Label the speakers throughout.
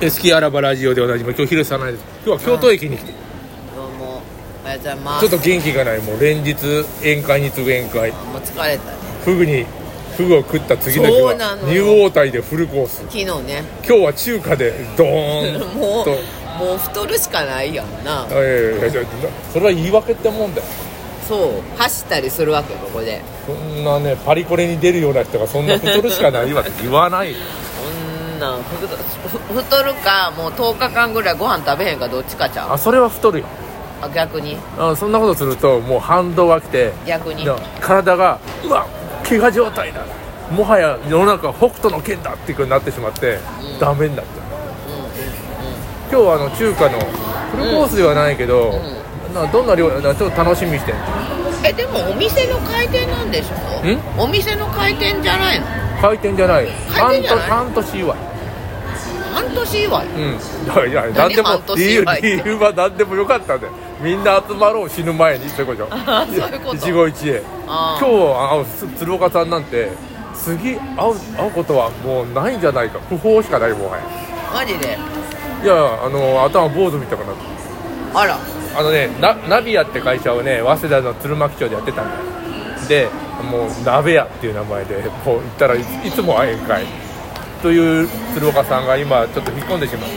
Speaker 1: えスキーアラバラジオでおなじみ今日広瀬さんないです今日は京都駅に来て、
Speaker 2: どうもおはようございま
Speaker 1: ちょ
Speaker 2: す
Speaker 1: っと元気がないもう連日宴会に次ぐ宴会
Speaker 2: もう疲れたね
Speaker 1: フグにフグを食った次の日
Speaker 2: そうな
Speaker 1: は
Speaker 2: の
Speaker 1: ニューオータイでフルコース
Speaker 2: 昨日ね
Speaker 1: 今日は中華でドーン
Speaker 2: も
Speaker 1: と
Speaker 2: うもう太るしかないやんな
Speaker 1: ええいやいやそれは言い訳ってもんだよ
Speaker 2: そう走ったりするわけここで
Speaker 1: そんなねパリコレに出るような人がそんな太るしかないわって言わない
Speaker 2: そんなんふふ太るかもう10日間ぐらいご飯食べへんかどっちかちゃう
Speaker 1: あそれは太るよ
Speaker 2: あ逆に
Speaker 1: あそんなことするともう反動が来て
Speaker 2: 逆に
Speaker 1: だから体がうわ怪我状態だもはや世の中は北斗の剣だっていうふうになってしまって、
Speaker 2: うん
Speaker 1: ダメになっちゃう今日はあの中華のフルコースではないけど、などんな料理なちょっと楽しみにしてん
Speaker 2: えでもお店の開店なんでしょお店の開店じゃないの
Speaker 1: 回転じゃない
Speaker 2: 回転じゃない
Speaker 1: 半年半年祝い
Speaker 2: 半年祝い
Speaker 1: うんだからいや
Speaker 2: 何
Speaker 1: 何でも
Speaker 2: 半年
Speaker 1: 理由
Speaker 2: 祝いって
Speaker 1: 理由は何でもよかったんだよみんな集まろう死ぬ前にってこと
Speaker 2: あ そういうこと
Speaker 1: 一期一会
Speaker 2: あ
Speaker 1: 今日あのす鶴岡さんなんて次会う会うことはもうないんじゃないか不法しかないもんはや
Speaker 2: 日マジで
Speaker 1: いやあの頭坊主みたくなって
Speaker 2: あら
Speaker 1: あのねなナビアって会社をね早稲田の鶴巻町でやってたんだよでもう鍋屋っていう名前でこう行ったらいついつも会えんかいという鶴岡さんが今ちょっと引っ込んでしまって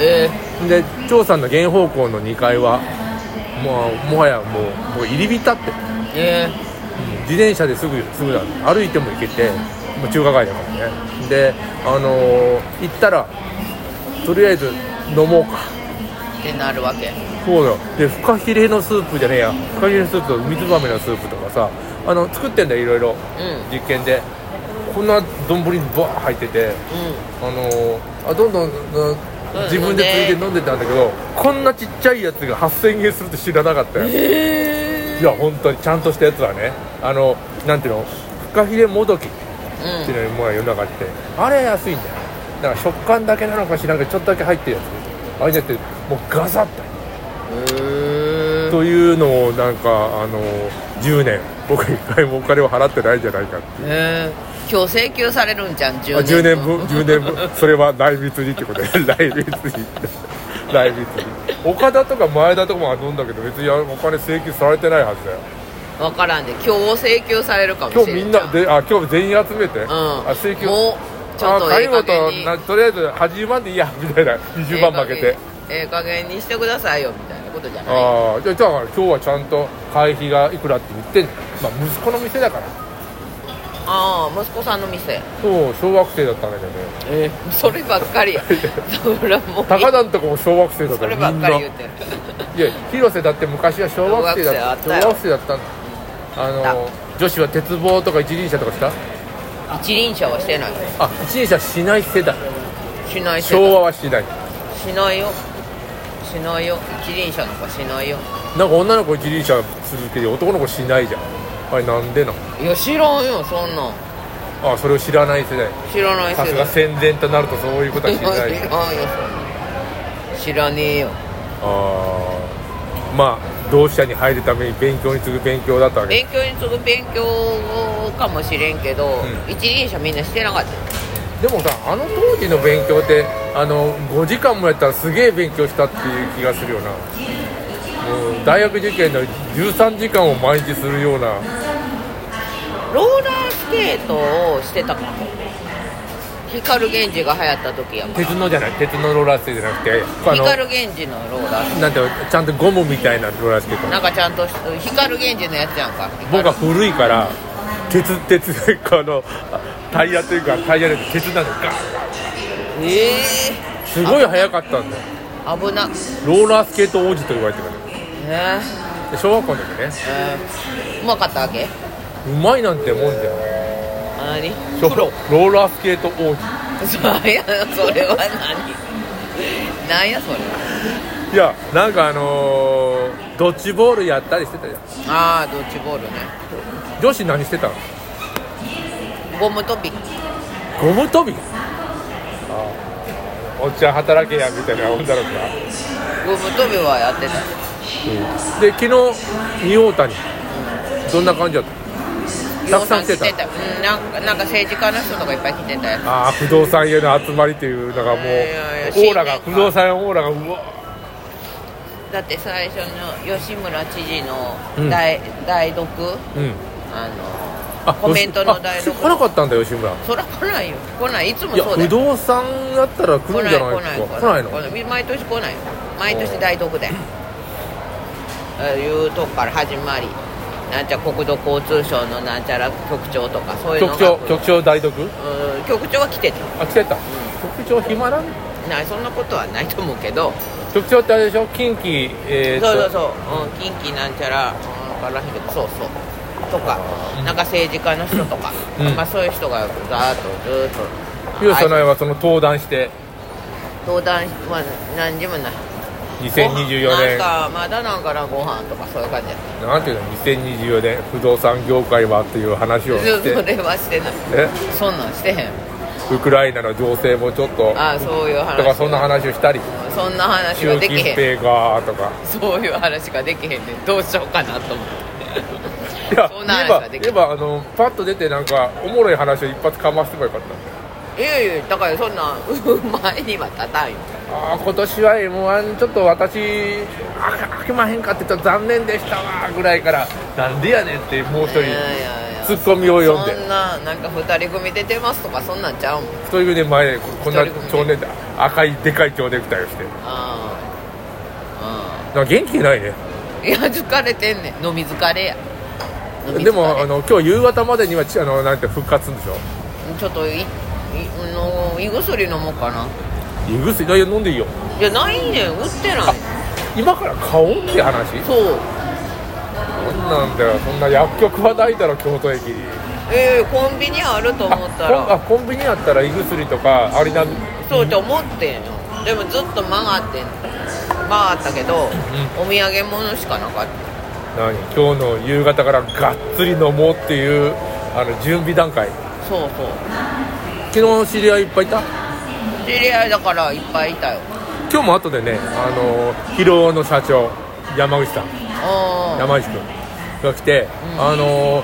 Speaker 2: え
Speaker 1: で張さんの現方向の2階はもうもはやもうもう入り浸って
Speaker 2: ー、え
Speaker 1: 自転車ですぐすぐだ歩いても行けてもう中華街だからねであのー行ったらとりあえず飲もうか
Speaker 2: ー、ってなるわけ
Speaker 1: そうだよでフカヒレのスープじゃねえやフカヒレのスープと水豆のスープとかさあの作ってんだよいろいろ
Speaker 2: う
Speaker 1: 実験でこんな丼にバー入ってて
Speaker 2: んうん
Speaker 1: あのーあどんどん、うん
Speaker 2: うん
Speaker 1: 自分でついて飲んでたんだけどこんなちっちゃいやつが8000円するって知らなかったよいや本当にちゃんとしたやつはねあのなんていうのフカヒレもどきっていうのものが世の中にあってあれ安いんだよだから食感だけなのか知らんけどちょっとだけ入ってるやつあれじゃなくてもうガサッと
Speaker 2: うん
Speaker 1: というのをなんかあの10年僕一回もお金を払ってないんじゃないかって
Speaker 2: えー、今日請求されるんじゃん
Speaker 1: あ
Speaker 2: 10
Speaker 1: 10
Speaker 2: 年
Speaker 1: 年分10年分それは内密にってことで 内密に内密に岡田とか前田とかも飲んだけど別にお金請求されてないはずだよ
Speaker 2: 分からんで今日請求されるかも
Speaker 1: 今
Speaker 2: し
Speaker 1: 日
Speaker 2: れ
Speaker 1: みん
Speaker 2: じゃ
Speaker 1: なであ今日全員集めて、あ
Speaker 2: うん
Speaker 1: 請求
Speaker 2: もうちょっと
Speaker 1: あ
Speaker 2: ええ
Speaker 1: 谷
Speaker 2: 加減
Speaker 1: 本
Speaker 2: に
Speaker 1: なとりあえず80万でいいやみたいな20万負けて、
Speaker 2: ええ加減ええ加減にしてくださいよみたいなことじゃない
Speaker 1: ああじゃあだから今日はちゃんと会費がいくらって言ってんのまあ息子の店だから
Speaker 2: ああ息子さんの店
Speaker 1: そう小学生だったんだけどね
Speaker 2: えそればっか りやそれもう
Speaker 1: 高田のとこも小学生だっ
Speaker 2: そ
Speaker 1: た
Speaker 2: れ
Speaker 1: よ
Speaker 2: ば
Speaker 1: み
Speaker 2: っ
Speaker 1: ん
Speaker 2: か
Speaker 1: な
Speaker 2: り
Speaker 1: い
Speaker 2: 言う
Speaker 1: や
Speaker 2: てる
Speaker 1: 広瀬だって昔は小学生だった
Speaker 2: 小学生だったよ
Speaker 1: 小学生だったんだあ
Speaker 2: だ
Speaker 1: の女子は鉄棒とか一輪車とかした
Speaker 2: 一輪車はしてない
Speaker 1: あ一輪車しない世代
Speaker 2: しないし
Speaker 1: 昭和はしない
Speaker 2: しないよしないよ一輪車なんかしないよ
Speaker 1: なんか女の子一輪車するけど男の子しないじゃんあれなんでない
Speaker 2: や知らんよそんなん
Speaker 1: のあそれを知らない世代
Speaker 2: 知らない
Speaker 1: さ
Speaker 2: 世
Speaker 1: すが
Speaker 2: 代
Speaker 1: 戦前となるとそういうことはし
Speaker 2: 知らん
Speaker 1: ない
Speaker 2: よそんなん知らねえよ
Speaker 1: ああまあ同志社に入るために勉強に次ぐ勉強だったわけ
Speaker 2: 勉強に次ぐ勉強かもしれんけど、
Speaker 1: ん
Speaker 2: 一輪車みんなしてなかったよ
Speaker 1: でもさあの当時の勉強ってあの5時間もやったらすげえ勉強したっていう気がするよなうん大学受験の13時間を毎日するような
Speaker 2: ローラースケートをしてたかも光源氏が流行った時やから
Speaker 1: 鉄のじゃない鉄のローラースケートじゃなくてあの
Speaker 2: 光源氏のローラー
Speaker 1: なんていうのちゃんとゴムみたいなローラースケート
Speaker 2: なんかちゃんとし光源氏のやつやんか
Speaker 1: 僕は古いから鉄鉄このタイヤというかタイヤで鉄なのガー
Speaker 2: え
Speaker 1: すごい速かったんだよ
Speaker 2: ー、危な
Speaker 1: ローラースケート王子と言われてる
Speaker 2: え
Speaker 1: で小学校の時ね
Speaker 2: ー、えー、うまかったわけ
Speaker 1: うまいなんてもんじゃん
Speaker 2: 何
Speaker 1: ローラースケート王子
Speaker 2: それそれは何なんやそれ
Speaker 1: いやなんかあのー、ドッジボールやったりしてたじゃん
Speaker 2: ああドッジボールね
Speaker 1: 女子何してたの
Speaker 2: ゴム飛び
Speaker 1: ゴム跳びああおっちゃん働けやみたいな女の子が、
Speaker 2: ゴム飛びはやってた
Speaker 1: で昨日仁王谷どんな感じだった
Speaker 2: 量産してた
Speaker 1: たくさ
Speaker 2: うん、なんかなんか政治家の人とかいっぱい来てたやつ
Speaker 1: ああ不動産屋の集まりというのがもうオ
Speaker 2: いやいや新年
Speaker 1: ーラが
Speaker 2: 会
Speaker 1: 不動産屋オーラがうわ
Speaker 2: だって最初の吉村知事
Speaker 1: うん
Speaker 2: の代,、代読
Speaker 1: うん
Speaker 2: あの
Speaker 1: あ
Speaker 2: コメントの代
Speaker 1: 吉あ
Speaker 2: 読
Speaker 1: 来なかったんだよ吉村
Speaker 2: そら来ないよ来ないいつも
Speaker 1: いや
Speaker 2: そうだ
Speaker 1: 不
Speaker 2: よ
Speaker 1: 動産だったら来
Speaker 2: 来
Speaker 1: るん
Speaker 2: な
Speaker 1: じ
Speaker 2: い
Speaker 1: ゃ
Speaker 2: 来
Speaker 1: な
Speaker 2: ない
Speaker 1: で
Speaker 2: い
Speaker 1: すか来ないの
Speaker 2: 来ない毎年来ないよ毎年代読でえーいうとこから始まりなんちゃ国土交通省のなんちゃら局長とかそういうのが
Speaker 1: 局長局長代読
Speaker 2: うん局長は来てた
Speaker 1: あ来てた、局長暇なん
Speaker 2: ないそんなことはないと思うけど、
Speaker 1: 局長ってあれでしょ近畿えーっと
Speaker 2: そうそうそう、うん、近畿なんちゃら、うん、わからへんけどそうそうとか
Speaker 1: うん
Speaker 2: なんか政治家の人とか、
Speaker 1: うん
Speaker 2: まあ、そういう人がざーっとずーっと
Speaker 1: ゆうさな
Speaker 2: あ
Speaker 1: いはその登壇して
Speaker 2: 登壇は何時もない
Speaker 1: 2024
Speaker 2: ご飯
Speaker 1: 年
Speaker 2: なんかまだなんかなご飯とかそういう感じやっ
Speaker 1: なんていうの2024年不動産業界はっていう話をした
Speaker 2: そ
Speaker 1: て
Speaker 2: れはしてない
Speaker 1: ね
Speaker 2: そんなんしてへん
Speaker 1: ウクライナの情勢もちょっと
Speaker 2: ああそういう
Speaker 1: と
Speaker 2: 話
Speaker 1: かそんな話をしたり
Speaker 2: そんな話が
Speaker 1: 習
Speaker 2: でき
Speaker 1: 近
Speaker 2: へん
Speaker 1: 平がとか
Speaker 2: そういう話ができへんねんどうしようかなと思って
Speaker 1: いや
Speaker 2: そんな話が
Speaker 1: 今
Speaker 2: できる
Speaker 1: 今あのパッと出てなんかおもろい話を一発かましてもよかったんだよ
Speaker 2: いやいやだからそんなん 前には立たんよ
Speaker 1: ああ今年は m 1ちょっと私あ開けまへんかって言ったら残念でしたわぐらいからなんでやねんってもう一人
Speaker 2: いやいやいや
Speaker 1: ツッコミを読ん
Speaker 2: そん
Speaker 1: で
Speaker 2: ななんか2人組出てますとかそんなんちゃうもん
Speaker 1: 一人で前でここんな
Speaker 2: 一人組
Speaker 1: 蝶ネクタイ赤いでかい蝶ネクタイをして
Speaker 2: ああ
Speaker 1: なんか元気ないね
Speaker 2: うんいや疲れてんねん飲み疲れや飲み疲れ
Speaker 1: でもあの今日夕方までにはちあのなんて復活するんでしょ
Speaker 2: ちょっといいの胃薬飲もうかな
Speaker 1: 胃薬いやいや飲んでいいよ
Speaker 2: いやないねん売ってない
Speaker 1: 今から買おうって話
Speaker 2: そう
Speaker 1: そんなんだよそんな薬局はないだろ京都駅に
Speaker 2: ええコンビニあると思った
Speaker 1: あ
Speaker 2: ら
Speaker 1: コンあコンビニやったら胃薬とかアリナうん
Speaker 2: そうって思ってんよでもずっと曲がってん曲がったけど、お土産物しかなかった
Speaker 1: 何今日の夕方からがっつり飲もうっていうあの準備段階
Speaker 2: そうそう
Speaker 1: 昨日知り合いいっぱいいた
Speaker 2: 知り合いだからいっぱいいたよ
Speaker 1: 今日も後でねあの広尾の社長山口さん
Speaker 2: うん
Speaker 1: 山口君が来て、
Speaker 2: うん
Speaker 1: あの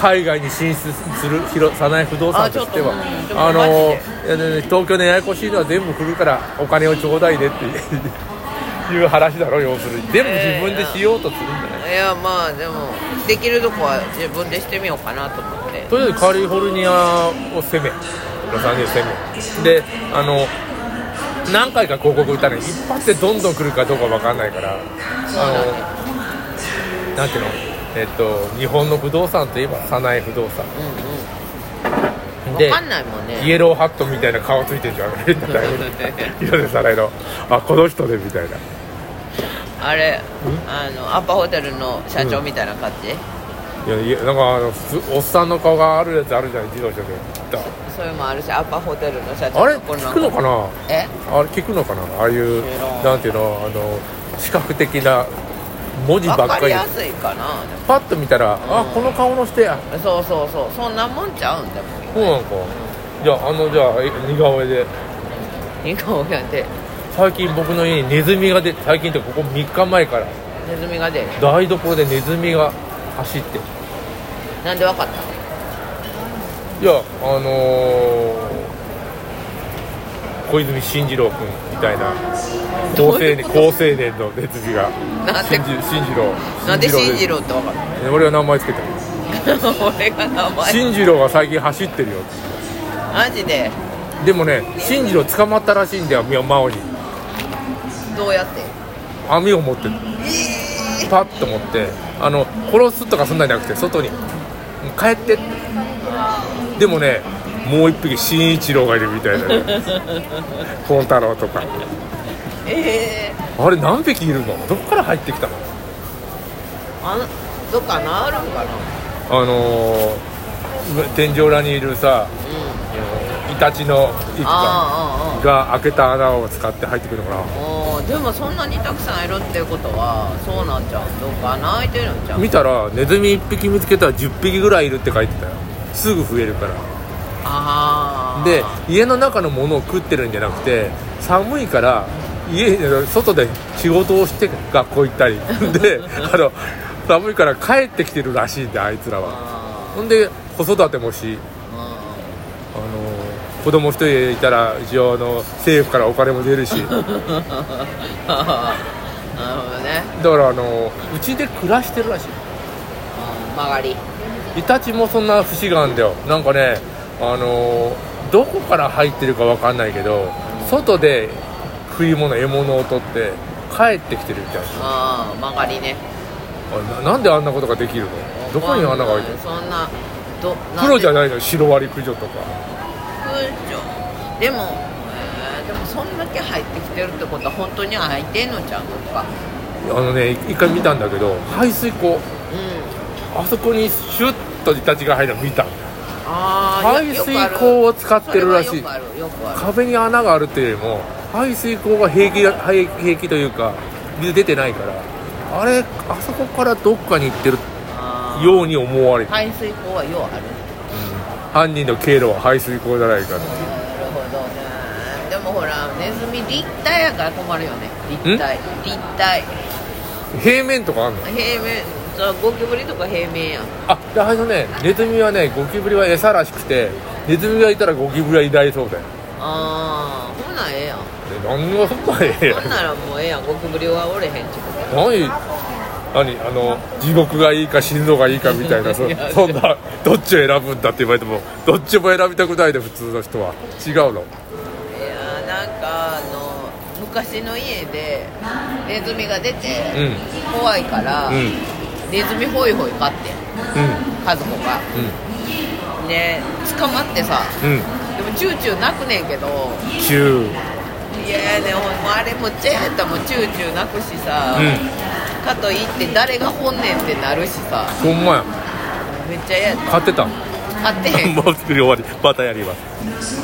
Speaker 1: 海外に進出する広早苗不動産としては
Speaker 2: あちょっとうん
Speaker 1: あ
Speaker 2: でも
Speaker 1: の
Speaker 2: マ
Speaker 1: いやで東京のややこしいのは全部振るからお金をちょうだいねっていう話だろ要するに全部自分でしようとするんじゃない、
Speaker 2: いやまあでもできるとこは自分でしてみようかなと思って
Speaker 1: とりあえずカリフォルニアを攻めロサンゼルス攻めであの何回か広告打ったね一発でどんどん来るかどうか分かんないからあのなんていうのえっと日本の不動産といえば早苗不動産
Speaker 2: うんうん
Speaker 1: で
Speaker 2: 分かんないもんね
Speaker 1: イエローハットみたいな顔ついてるじ ゃん変な大学色でさらいのあこの人でみたいな
Speaker 2: あれあのアパホテルの社長みたいな感じ、
Speaker 1: いやいやなんかあの普通おっさんの顔があるやつあるじゃん自動車で
Speaker 2: それもあるしアパホテルの社長
Speaker 1: あれ
Speaker 2: こんな
Speaker 1: 聞くのかな
Speaker 2: え
Speaker 1: あれ聞くのかなああいう
Speaker 2: 知らん
Speaker 1: なんていうのあの視覚的な文字ば
Speaker 2: 分
Speaker 1: っか
Speaker 2: か
Speaker 1: り
Speaker 2: りやすいかなで
Speaker 1: パッと見たら、あこの顔の人や
Speaker 2: もそうそうそうそんなもんちゃうんでも
Speaker 1: そうなんかじゃああのじゃあえ似顔絵で
Speaker 2: 似顔絵で
Speaker 1: 最近僕の家にネズミが出て最近ってここ3日前から
Speaker 2: ネズミが出る
Speaker 1: 台所でネズミが走って
Speaker 2: なんで分かった
Speaker 1: いやあのー小泉進次郎君みたいな高
Speaker 2: どう
Speaker 1: 青
Speaker 2: いう
Speaker 1: 年
Speaker 2: こ
Speaker 1: 高青年のネズミが
Speaker 2: なんで
Speaker 1: 進次進次郎
Speaker 2: なんで信じ
Speaker 1: 郎
Speaker 2: ろって分かっ
Speaker 1: です俺は名前つけた
Speaker 2: た 俺が名前
Speaker 1: 進次郎が最近走ってるよ
Speaker 2: マジで
Speaker 1: でもね進次郎捕まったらしいんだよ真央に
Speaker 2: どうやって
Speaker 1: 網を持ってるパッと持ってあの殺すとかそんなんじゃなくて外に「帰って」でもねもう一匹新一郎がいるみたいなね孝太郎とか
Speaker 2: ええ
Speaker 1: あれ何匹いるのどこから入ってきたの
Speaker 2: あのどっかなるんかな
Speaker 1: あのー天井裏にいるさ
Speaker 2: うん
Speaker 1: イタチの一家
Speaker 2: あああ
Speaker 1: が開けた穴を使って入ってくるのかな
Speaker 2: あああでもそんなにたくさんいるっていうことはそうなんちゃうどっか泣いてるんちゃう
Speaker 1: 見たらネズミ1匹見つけたら10匹ぐらいいるって書いてたよすぐ増えるから
Speaker 2: ああ
Speaker 1: で家の中のものを食ってるんじゃなくて寒いから家外で仕事をして学校行ったりであの寒いから帰ってきてるらしいんであいつらは
Speaker 2: あ
Speaker 1: ほんで子育てもしあの子供一人いたら一応あの政府からお金も出るしだか
Speaker 2: なるほどね
Speaker 1: らあのうちで暮らしてるらし
Speaker 2: うん曲がり
Speaker 1: いイタチもそんな節があるんだよなんかねあのどこから入ってるかわかんないけど外で食い物獲物を取って帰ってきてるみたいな
Speaker 2: ああ曲がりね
Speaker 1: あななんであんなことができるのどこに穴が開いてる
Speaker 2: そんなど
Speaker 1: プロじゃ
Speaker 2: ない
Speaker 1: ないのよシロアリ駆除とか
Speaker 2: でもえーでもそんだけ入ってきてるってことは本当に開いてんのじゃんどっか
Speaker 1: あのね一回見たんだけど排水溝
Speaker 2: うん
Speaker 1: あそこにシュッとイタチが入るの見た
Speaker 2: ああ
Speaker 1: 排水溝を使ってるらしい
Speaker 2: よくあるよくある
Speaker 1: 壁に穴があるっていうよりも排水溝が平気だ平平気というか水出てないからあれあそこからどっかに行ってる
Speaker 2: あー
Speaker 1: ように思われてる
Speaker 2: 排水溝はようある
Speaker 1: 犯人の経路は排水溝じゃないか
Speaker 2: なるほどねでもほらネズミ立体やから困るよね立体立体
Speaker 1: 平面とかあんの
Speaker 2: 平面そうゴキブリとか平面やん
Speaker 1: あであのねネズミはねゴキブリは餌らしくてネズミがいたらゴキブリは偉大そうだよ
Speaker 2: ああほんならええやん
Speaker 1: で何がそんなええ やん
Speaker 2: ほんならもうええやんゴキブリはおれへんちゅうこと
Speaker 1: 何何あの地獄がいいか死ぬのがいいかみたいなそ
Speaker 2: いや
Speaker 1: そんなどっちを選ぶんだって言われてもどっちも選びたくないで普通の人は違うの
Speaker 2: いやーなんかあの昔の家でネズミが出て、怖いから、
Speaker 1: うん
Speaker 2: ネズミホイホイ飼ってん和子がね捕まってさ
Speaker 1: うんうんうん
Speaker 2: でもチューチュー泣くねんけど
Speaker 1: 9
Speaker 2: いやねほんまあれもチェーンタもチューチュー泣くしさ、
Speaker 1: う
Speaker 2: かといって誰が本ねんってなるしさ
Speaker 1: ほんまや
Speaker 2: めっちゃ嫌やっ
Speaker 1: 買ってたも
Speaker 2: た飼ってへん
Speaker 1: う作り終わりまたやります